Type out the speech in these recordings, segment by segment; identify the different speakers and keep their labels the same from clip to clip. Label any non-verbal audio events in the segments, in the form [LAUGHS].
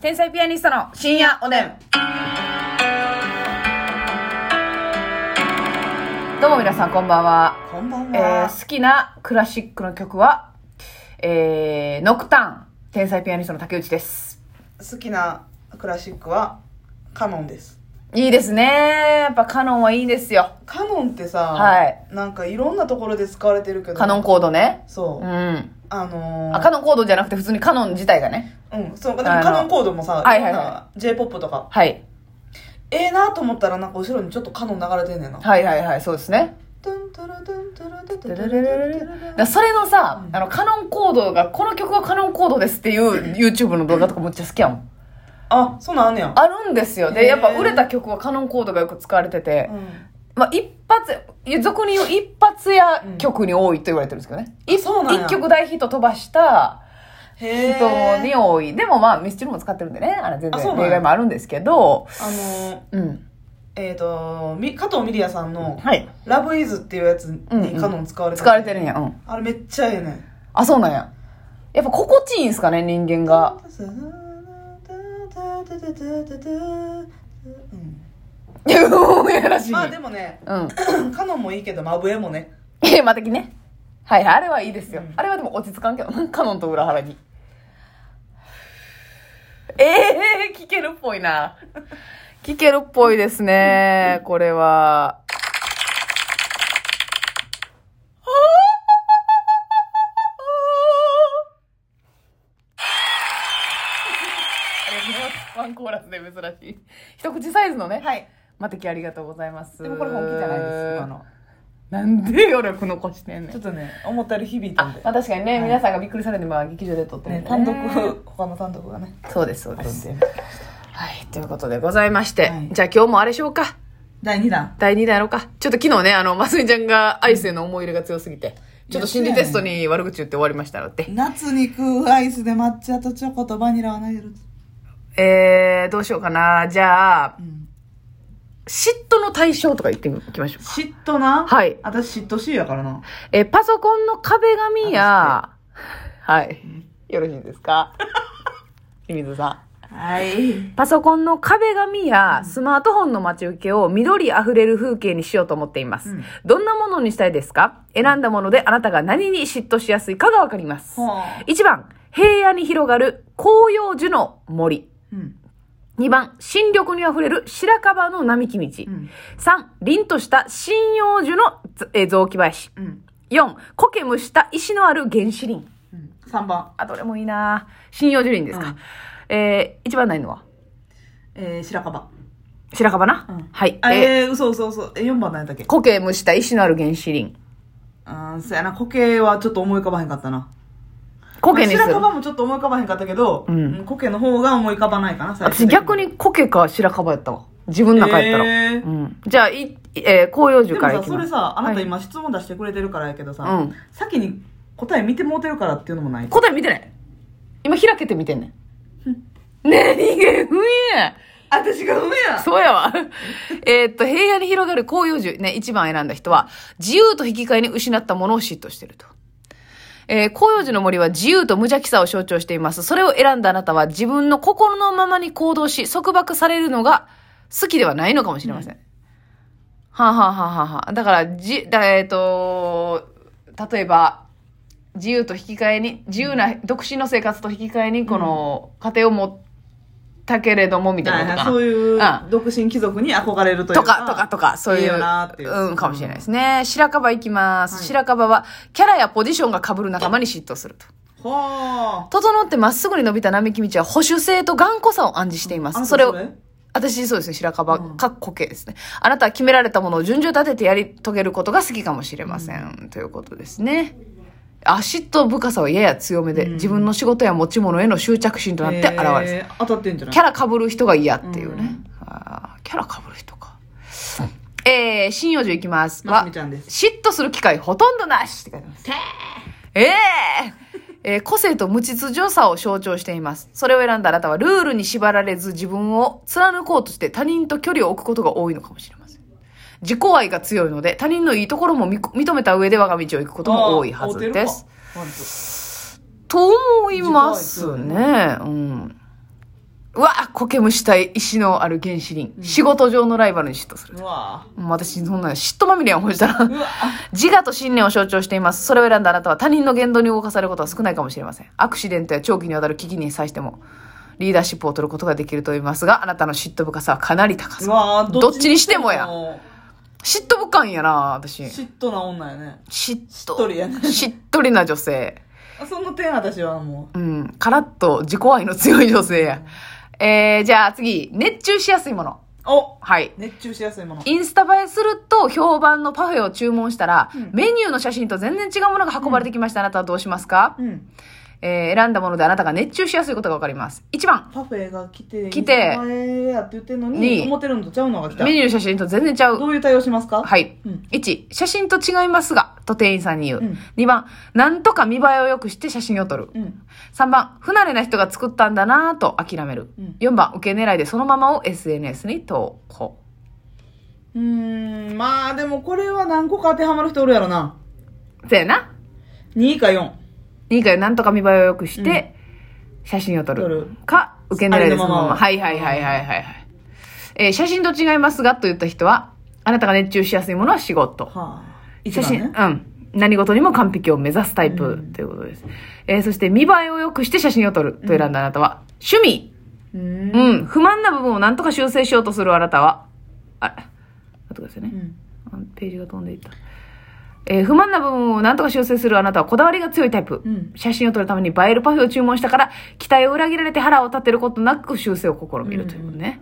Speaker 1: 天才ピアニストの深夜おでん。どうも皆さん、こんばんは。
Speaker 2: こんばん
Speaker 1: え
Speaker 2: は。
Speaker 1: ー好きなクラシックの曲は、えー、ノクターン、天才ピアニストの竹内です。
Speaker 2: 好きなクラシックはカノンです。
Speaker 1: いいですね。やっぱカノンはいいですよ。
Speaker 2: カノンってさ、
Speaker 1: はい
Speaker 2: なんかいろんなところで使われてるけど、
Speaker 1: カノンコードね。
Speaker 2: そうう、
Speaker 1: ん。
Speaker 2: あのー
Speaker 1: あ、カノンコードじゃなくて普通にカノン自体がね。
Speaker 2: うん、そう、でも
Speaker 1: あの
Speaker 2: カノンコードもさ、
Speaker 1: はいはいはい
Speaker 2: なんか J-POP とか、
Speaker 1: はい。
Speaker 2: ええなと思ったらなんか後ろにちょっとカノン流れてんねんな。
Speaker 1: はいはいはい、そうですね。
Speaker 2: トゥントゥルトゥントゥルトゥト
Speaker 1: だ
Speaker 2: ゥ
Speaker 1: か
Speaker 2: ルトゥルトゥルトゥル
Speaker 1: らそれのさ、あの、カノンコードが、この曲はカノンコードですっていう YouTube の動画とかめっちゃ好きやもん。
Speaker 2: あ、そうなんあんねや。
Speaker 1: あるんですよ。
Speaker 2: へ
Speaker 1: で、
Speaker 2: ー
Speaker 1: やっぱ売れた曲はカノンコードがよく使われてて
Speaker 2: う、ん
Speaker 1: まあ一発、俗に言う一発や曲に多いと言われてるんですけどね。一
Speaker 2: そうなんや
Speaker 1: 一曲大ヒット飛ばした
Speaker 2: へえ。
Speaker 1: 人に多い。でもまあミスチルも使ってるんでね、あの全
Speaker 2: あそうな
Speaker 1: 然例
Speaker 2: んや
Speaker 1: 外もあるんですけど、
Speaker 2: あのー、
Speaker 1: うん。
Speaker 2: えっ、と、み加藤ミリヤさんの、
Speaker 1: はい。
Speaker 2: ラブイズっていうやつにカノン使われて
Speaker 1: 使われてるんや、うん。
Speaker 2: あれめっちゃええねん。
Speaker 1: あ、そうなんや。やっぱ心地いいんすかね、人間が。 [LAUGHS]
Speaker 2: うん
Speaker 1: いや、うんやらしい。
Speaker 2: まあでもね
Speaker 1: うん。
Speaker 2: カノンもいいけどマブエもね
Speaker 1: え、 [LAUGHS] またきね。はいはい、あれはいいですよ。
Speaker 2: うん
Speaker 1: あれはでも落ち着かんけど、カノンと裏腹に。 [LAUGHS] えー、聞けるっぽいな。聞けるっぽいですね、これは。ありがとうございますワンコーラスで珍しい。一口サイズのね。
Speaker 2: はい
Speaker 1: マテキありがとうございます。
Speaker 2: でもこれ本気じゃないです今の
Speaker 1: なんで余力残してんね
Speaker 2: ちょ
Speaker 1: ん
Speaker 2: っ。とね思ったより響いた
Speaker 1: あ
Speaker 2: んで、
Speaker 1: まあ、確かにね、
Speaker 2: はい
Speaker 1: 皆さんがびっくりされて、まあ、劇場で撮ってるん
Speaker 2: ね
Speaker 1: で、
Speaker 2: 単独他の単独がね
Speaker 1: そうです、そうです
Speaker 2: あるん。
Speaker 1: はい、ということでございまして、
Speaker 2: はい
Speaker 1: じゃあ今日もあれしようか。
Speaker 2: 第2弾
Speaker 1: 第2弾やろうか。ちょっと昨日ね、あの、ますみちゃんがアイスへの思い入れが強すぎて、ちょっと心理テストに悪口言って終わりましたので、
Speaker 2: 夏に食うアイスで抹茶とチョコとバニラは投げる
Speaker 1: えー、どうしようかな。じゃあ
Speaker 2: う、ん
Speaker 1: 嫉妬の対象とか言っていきましょうか。
Speaker 2: 嫉妬な
Speaker 1: はい
Speaker 2: 私嫉妬しいやからな
Speaker 1: えー、パソコンの壁紙や、はい。よろしいですか [LAUGHS] 清水さん。
Speaker 2: はい
Speaker 1: パソコンの壁紙やスマートフォンの待ち受けを緑あふれる風景にしようと思っています。
Speaker 2: うん
Speaker 1: どんなものにしたいですか選んだものであなたが何に嫉妬しやすいかがわかります。
Speaker 2: はあ
Speaker 1: 1番、平野に広がる紅葉樹の森。
Speaker 2: うん
Speaker 1: 2番、新緑にあふれる白樺の並木道。
Speaker 2: うん
Speaker 1: 3、凛とした針葉樹のざえー雑木林。
Speaker 2: うん
Speaker 1: 4、苔むした石のある原始林。
Speaker 2: うん3番、
Speaker 1: あ、どれもいいな針葉樹林ですか。えー、一番ないのは
Speaker 2: えー、白樺
Speaker 1: 白樺な、
Speaker 2: うん
Speaker 1: はい。
Speaker 2: あ
Speaker 1: えー
Speaker 2: えー、嘘嘘嘘え4番何だっけ
Speaker 1: 苔蒸した石のある原始林。
Speaker 2: うん、そうやな、苔はちょっと思い浮かばへんかったな。
Speaker 1: 苔にす
Speaker 2: まあ
Speaker 1: る
Speaker 2: 白。樺もちょっと思い浮かばへんかったけど、
Speaker 1: うん
Speaker 2: うん苔の方が思い浮かばないかな、最
Speaker 1: 私逆に苔か白樺やったわ。自分の中やったら。
Speaker 2: えー
Speaker 1: うん、じゃあ、いえー紅葉
Speaker 2: で
Speaker 1: 樹
Speaker 2: も
Speaker 1: からい
Speaker 2: さ、
Speaker 1: き
Speaker 2: そ
Speaker 1: ま
Speaker 2: れ
Speaker 1: す。
Speaker 2: さ、あな
Speaker 1: は
Speaker 2: た
Speaker 1: い
Speaker 2: 今質問出してくれてるからやけどさ、
Speaker 1: うん
Speaker 2: 先に答え見てもうてるからっていうのもない。
Speaker 1: 答え見てない。今開けて見てんねん。ねえ、人間不や
Speaker 2: 私がうめや
Speaker 1: そうやわ。 [LAUGHS] えーっと、平野に広がる紅葉樹、ね、一番選んだ人は、自由と引き換えに失ったものを嫉妬してると。えー紅葉樹の森は自由と無邪気さを象徴しています。それを選んだあなたは自分の心のままに行動し、束縛されるのが好きではないのかもしれません。はあ、はあはあはあはあ、だから、じ、だえーっと、例えば、自由と引き換えに、自由な、独身の生活と引き換えに、この、家庭を持ったけれども、みたいなことかな。
Speaker 2: そういう
Speaker 1: あ
Speaker 2: 独身貴族に憧れるという
Speaker 1: とか、とか、とか、そういう。
Speaker 2: いいよなっていう。
Speaker 1: ん、かもしれないですね。白樺いきます。白樺は、キャラやポジションが被る仲間に嫉妬すると。
Speaker 2: ほー。
Speaker 1: 整ってまっすぐに伸びた並木道は保守性と頑固さを暗示していま
Speaker 2: あな
Speaker 1: す。
Speaker 2: た
Speaker 1: それを、私そうですね、白樺、かっこ系ですね。あなたは決められたものを順序立ててやり遂げることが好きかもしれません。ということですね。足と深さはやや強めで、自分の仕事や持ち物への執着心となって現れます。
Speaker 2: えー当たってんじゃない
Speaker 1: キャラ被る人が嫌っていうね。あーキャラ被る人か。えー、新葉樹いきます。
Speaker 2: ます
Speaker 1: は
Speaker 2: みちゃんです。
Speaker 1: 嫉妬する機会ほとんどなしって書いてます。えーえー個性と無秩序さを象徴しています。それを選んだあなたはルールに縛られず自分を貫こうとして他人と距離を置くことが多いのかもしれません。自己愛が強いので他人のいいところも見こ認めた上で我が道を行くことも多いはずです。
Speaker 2: あー。合うてるか
Speaker 1: と思いますね。うん。うわ苔むしたい石のある原始林。仕事上のライバルに嫉妬する。
Speaker 2: うわ
Speaker 1: もう私、そんな嫉妬まみれやん、ほいしたら
Speaker 2: う。わ
Speaker 1: [LAUGHS] 自我と信念を象徴しています。それを選んだあなたは他人の言動に動かされることは少ないかもしれません。アクシデントや長期にわたる危機に際しても、リーダーシップを取ることができると思いますが、あなたの嫉妬深さはかなり高
Speaker 2: う
Speaker 1: さ。
Speaker 2: わ
Speaker 1: どっちにしてもや嫉妬深いんやな、私。
Speaker 2: 嫉妬な女やね
Speaker 1: しっ
Speaker 2: とりやね
Speaker 1: しっとりな女性。
Speaker 2: その点私はも
Speaker 1: うん。カラッと自己愛の強い女性や。えー、じゃあ次。熱中しやすいもの。
Speaker 2: うお
Speaker 1: はい。
Speaker 2: 熱中しやすいもの
Speaker 1: インスタ映えすると評判のパフェを注文したら、
Speaker 2: うん
Speaker 1: メニューの写真と全然違うものが運ばれてきました。あなたはどうしますか、
Speaker 2: うん
Speaker 1: えー選んだものであなたが熱中しやすいことがわかります。1番、
Speaker 2: パフェが来て
Speaker 1: 来て
Speaker 2: 前やって言ってんの
Speaker 1: に
Speaker 2: に思ってるのとちゃうのが来た
Speaker 1: メニューの写真と全然ちゃ
Speaker 2: ど
Speaker 1: う。
Speaker 2: ういう対応しますか
Speaker 1: はい。
Speaker 2: うん
Speaker 1: 1、写真と違いますが、と店員さんに言う。
Speaker 2: うん
Speaker 1: 2番、なんとか見栄えを良くして写真を撮る。
Speaker 2: うん
Speaker 1: 3番、不慣れな人が作ったんだなぁと諦める。
Speaker 2: うん
Speaker 1: 4番、受け狙いでそのままを SNS に投稿。
Speaker 2: うーんまあでもこれは何個か当てはまる人おるやろな
Speaker 1: せやな。
Speaker 2: 2か4
Speaker 1: 2回なんとか見栄えを良くして、写真を撮る。
Speaker 2: 撮る
Speaker 1: か、受け狙いです。
Speaker 2: ありのままを
Speaker 1: はいはいはいはいはいはい。えー写真と違いますがと言った人は、あなたが熱中しやすいものは仕事。
Speaker 2: はあ一
Speaker 1: 写
Speaker 2: 番
Speaker 1: 真、
Speaker 2: ね
Speaker 1: うん。何事にも完璧を目指すタイプ、
Speaker 2: うん
Speaker 1: ということです。えーそして見栄えを良くして写真を撮ると選んだあなたは、趣味。
Speaker 2: うーん
Speaker 1: うん。不満な部分をなんとか修正しようとするあなたは、あれ、待ってくださいね
Speaker 2: う。ん
Speaker 1: あページが飛んでいった。えー不満な部分をなんとか修正するあなたはこだわりが強いタイプ。
Speaker 2: うん
Speaker 1: 写真を撮るために映えるパフェを注文したから、期待を裏切られて腹を立てることなく修正を試みるということね。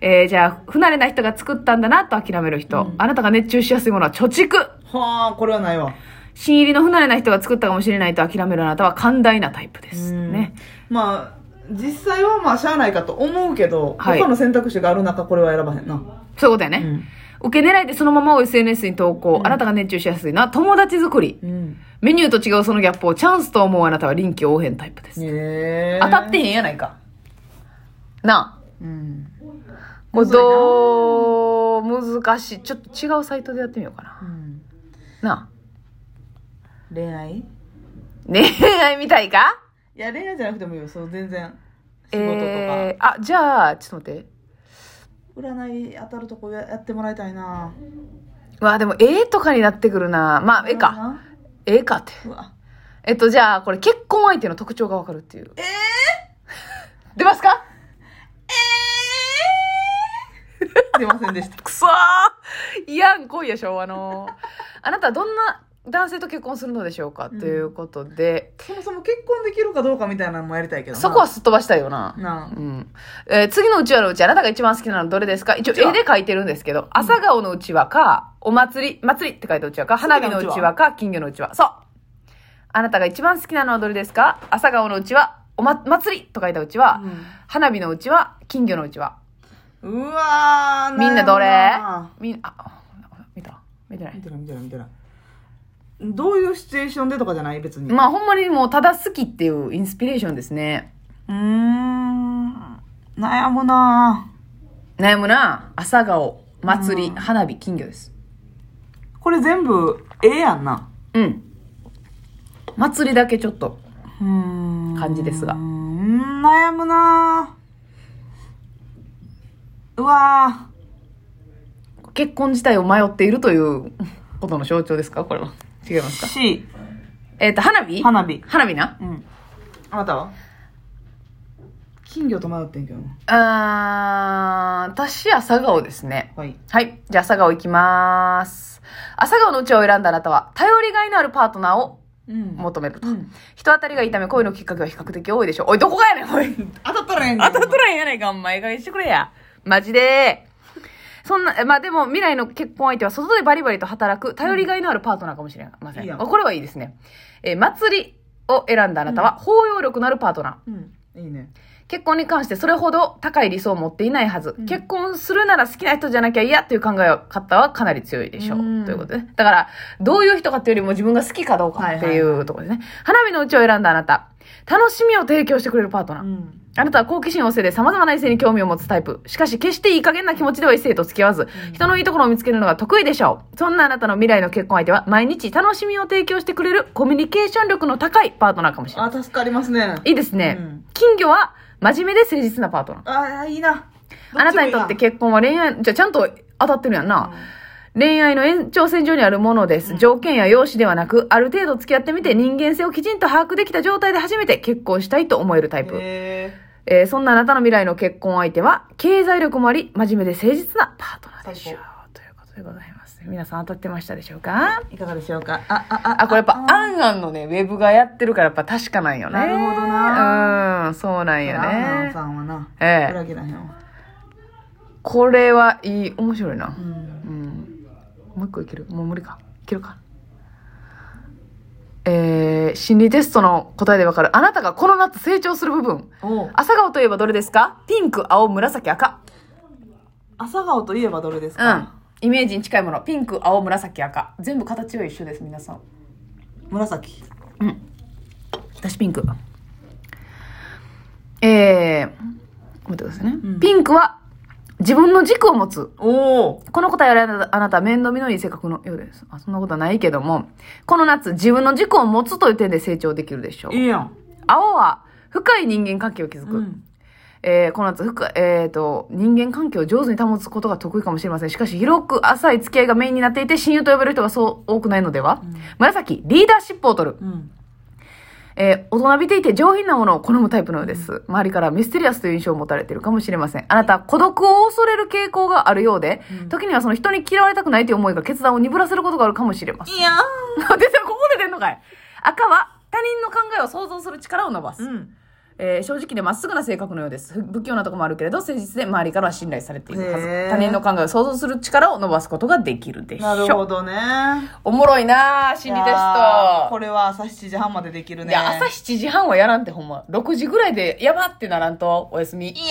Speaker 1: えーじゃあ、不慣れな人が作ったんだなと諦める人。あなたが熱中しやすいものは貯蓄。
Speaker 2: はあこれはないわ
Speaker 1: 新入りの不慣れな人が作ったかもしれないと諦めるあなたは寛大なタイプです。
Speaker 2: うん
Speaker 1: ね。
Speaker 2: まあ実際はまあしゃあないかと思うけど、
Speaker 1: はい
Speaker 2: 他の選択肢がある中これは選ばへんな、
Speaker 1: そういうことやね。
Speaker 2: ん
Speaker 1: 受け狙いでそのままを SNS に投稿。あなたが熱中しやすいのは友達作り。
Speaker 2: うん、
Speaker 1: メニューと違うそのギャップをチャンスと思うあなたは臨機応変タイプです。
Speaker 2: え
Speaker 1: 当たってへんやないか。なあ。
Speaker 2: うん、
Speaker 1: これどう、難しい。ちょっと違うサイトでやってみようかな。
Speaker 2: うん、
Speaker 1: なあ。
Speaker 2: 恋愛い
Speaker 1: 恋愛みたいか
Speaker 2: や恋愛じゃなくてもいいよそう全然仕事とか、
Speaker 1: えー、あ、じゃあ、ちょっと待って。
Speaker 2: 占い当たるとこややってもらいたいな
Speaker 1: まあでも、絵とかになってくるな。まあ、絵か。絵かって。
Speaker 2: うわ
Speaker 1: えっと、じゃあ、これ結婚相手の特徴がわかるっていう。えー、 [LAUGHS] 出ますか
Speaker 2: 出ません
Speaker 1: [LAUGHS]
Speaker 2: でした
Speaker 1: くそーいやん、来いや、昭和の。あなたはどんな男性と結婚するのでしょうか、ということで、
Speaker 2: そもそも結婚できるかどうかみたいなのもやりたいけどな
Speaker 1: そこはすっ飛ばしたいよな。
Speaker 2: な
Speaker 1: うん。えー次のうちわのうち、あなたが一番好きなのどれですか一応
Speaker 2: ちわ
Speaker 1: 絵で書いてるんですけど、朝顔のうちわか、お祭り、祭りって書いたうちわか、花火のうちわか、金魚のうちわ。そう。あなたが一番好きなのはどれですか朝顔のうちわ、おま、祭りと書いたうちわ、
Speaker 2: うん
Speaker 1: 花火のうちわ、金魚のうちわ。
Speaker 2: うわー
Speaker 1: みんなどれ
Speaker 2: 悩むな
Speaker 1: みんな、あ、見た見てない
Speaker 2: 見。てない見てない見てないどういうシチュエーションでとかじゃない別に
Speaker 1: まあほんまにもうただ好きっていうインスピレーションですね。
Speaker 2: うーん悩むな
Speaker 1: 悩むな、朝顔、祭り、
Speaker 2: うん
Speaker 1: 花火、金魚です。
Speaker 2: ぁこれ全部ええやんな
Speaker 1: うん。祭りだけちょっと。
Speaker 2: うーん
Speaker 1: 感じですが
Speaker 2: うーん悩むなぁうわ
Speaker 1: 結婚自体を迷っていると [LAUGHS] いうことの象徴ですかこれは。違いますか
Speaker 2: ぁ C
Speaker 1: えっ、と、花火
Speaker 2: 花火
Speaker 1: 花火な。
Speaker 2: うんあなたは金魚と迷ってんけどな
Speaker 1: あー、私、朝顔ですね。
Speaker 2: はい
Speaker 1: はい。じゃあ、朝顔いきまーす。朝顔のうちわを選んだあなたは、頼りがいのあるパートナーを
Speaker 2: うん
Speaker 1: 求めると。
Speaker 2: うん
Speaker 1: 人当たりがいいため、恋のきっかけは比較的多いでしょう。おい、どこがやねん、おい。
Speaker 2: 当たったらええ
Speaker 1: [LAUGHS]
Speaker 2: ん
Speaker 1: 当たっとらんやないか、お前がしてくれや。マジで。そんな、えまあでも未来の結婚相手は外でバリバリと働く、頼りがいのあるパートナーかもしれません。
Speaker 2: いいやん
Speaker 1: これはいいですね。えー祭りを選んだあなたは、包容力のあるパートナー。
Speaker 2: うんいいね
Speaker 1: 結婚に関してそれほど高い理想を持っていないはず。
Speaker 2: うん
Speaker 1: 結婚するなら好きな人じゃなきゃ嫌という考え方はかなり強いでしょう。
Speaker 2: うん
Speaker 1: ということで、ね。だから、どういう人かというよりも自分が好きかどうかってい
Speaker 2: はいは
Speaker 1: うところですね。花火のうちを選んだあなた。楽しみを提供してくれるパートナー。
Speaker 2: ん。
Speaker 1: あなたは好奇心旺盛で様々な異性に興味を持つタイプ。しかし、決していい加減な気持ちでは異性と付き合わず、人のいいところを見つけるのが得意でしょう。そんなあなたの未来の結婚相手は、毎日楽しみを提供してくれるコミュニケーション力の高いパートナーかもしれない。
Speaker 2: あ、助かりますね。
Speaker 1: いいですね。
Speaker 2: うん
Speaker 1: 金魚は、真面目で誠実なパートナー。
Speaker 2: ああ、いいな。
Speaker 1: あなたにとって結婚は恋愛、じゃあちゃんと当たってるやんな。恋愛の延長線上にあるものです。条件や容姿ではなく、ある程度付き合ってみて人間性をきちんと把握できた状態で初めて結婚したいと思えるタイプ。
Speaker 2: え
Speaker 1: えーそんなあなたの未来の結婚相手は、経済力もあり、真面目で誠実なパートナーでしょう
Speaker 2: 最。
Speaker 1: ということでございます。皆さん当たってましたでしょうか
Speaker 2: ー、いかがでしょうか。あ、あ、あ、
Speaker 1: あ、これやっぱ、アンアンのね、ウェブがやってるからやっぱ確かなんよね。
Speaker 2: なるほどな
Speaker 1: うん、そうなんよ
Speaker 2: アンアン
Speaker 1: ね
Speaker 2: さ。んはな、
Speaker 1: ええ
Speaker 2: 裏切らへんわ。
Speaker 1: これはいい、面白いな
Speaker 2: う。ん。
Speaker 1: うん。もう一個いけるもう無理か。いけるか。えー、心理テストの答えでわかる。あなたがこの夏成長する部分。
Speaker 2: おう
Speaker 1: 朝顔といえばどれですかピンク、青、紫、赤。
Speaker 2: 朝顔といえばどれで
Speaker 1: う
Speaker 2: す
Speaker 1: ん
Speaker 2: か、。
Speaker 1: イメージに近いもの。ピンク、青、紫、赤。全部形は一緒です、皆さん。
Speaker 2: 紫。
Speaker 1: 私、ピンク。えー、待ってくださいね。
Speaker 2: うん
Speaker 1: ピンクは、自分の軸を持つ。
Speaker 2: おお。
Speaker 1: この答えをあなた、あなた面倒見のいい性格のようです。あ、そんなことはないけども、この夏、自分の軸を持つという点で成長できるでしょう。
Speaker 2: いいやん。
Speaker 1: 青は、深い人間関係を築く。
Speaker 2: うん。
Speaker 1: えーこの後、ふく、えっ、と、人間関係を上手に保つことが得意かもしれません。しかし、広く浅い付き合いがメインになっていて、親友と呼べる人がそう多くないのでは、
Speaker 2: うん
Speaker 1: 紫、リーダーシップを取る。
Speaker 2: うん。
Speaker 1: えー大人びていて上品なものを好むタイプのようです。周りからミステリアスという印象を持たれているかもしれません。あなた、孤独を恐れる傾向があるようで、
Speaker 2: うん
Speaker 1: 時にはその人に嫌われたくないという思いが決断を鈍らせることがあるかもしれません。
Speaker 2: いや
Speaker 1: [LAUGHS] 出てるここで出んのかい赤は、他人の考えを想像する力を伸ばす。
Speaker 2: ん。
Speaker 1: えー正直でまっすぐな性格のようです。ふ不器用なとこもあるけれど、誠実で周りからは信頼されているはず
Speaker 2: へ。ー
Speaker 1: 他人の考えを想像する力を伸ばすことができるでし
Speaker 2: なるほ
Speaker 1: ょう。
Speaker 2: どね。
Speaker 1: おもろいなあ心理テ
Speaker 2: い
Speaker 1: ス
Speaker 2: やーこ
Speaker 1: ト。
Speaker 2: れは朝7時半までできるね。
Speaker 1: いや、朝7時半はやらんってほんま。6時ぐらいでやばってならんと、おやすみ。
Speaker 2: いや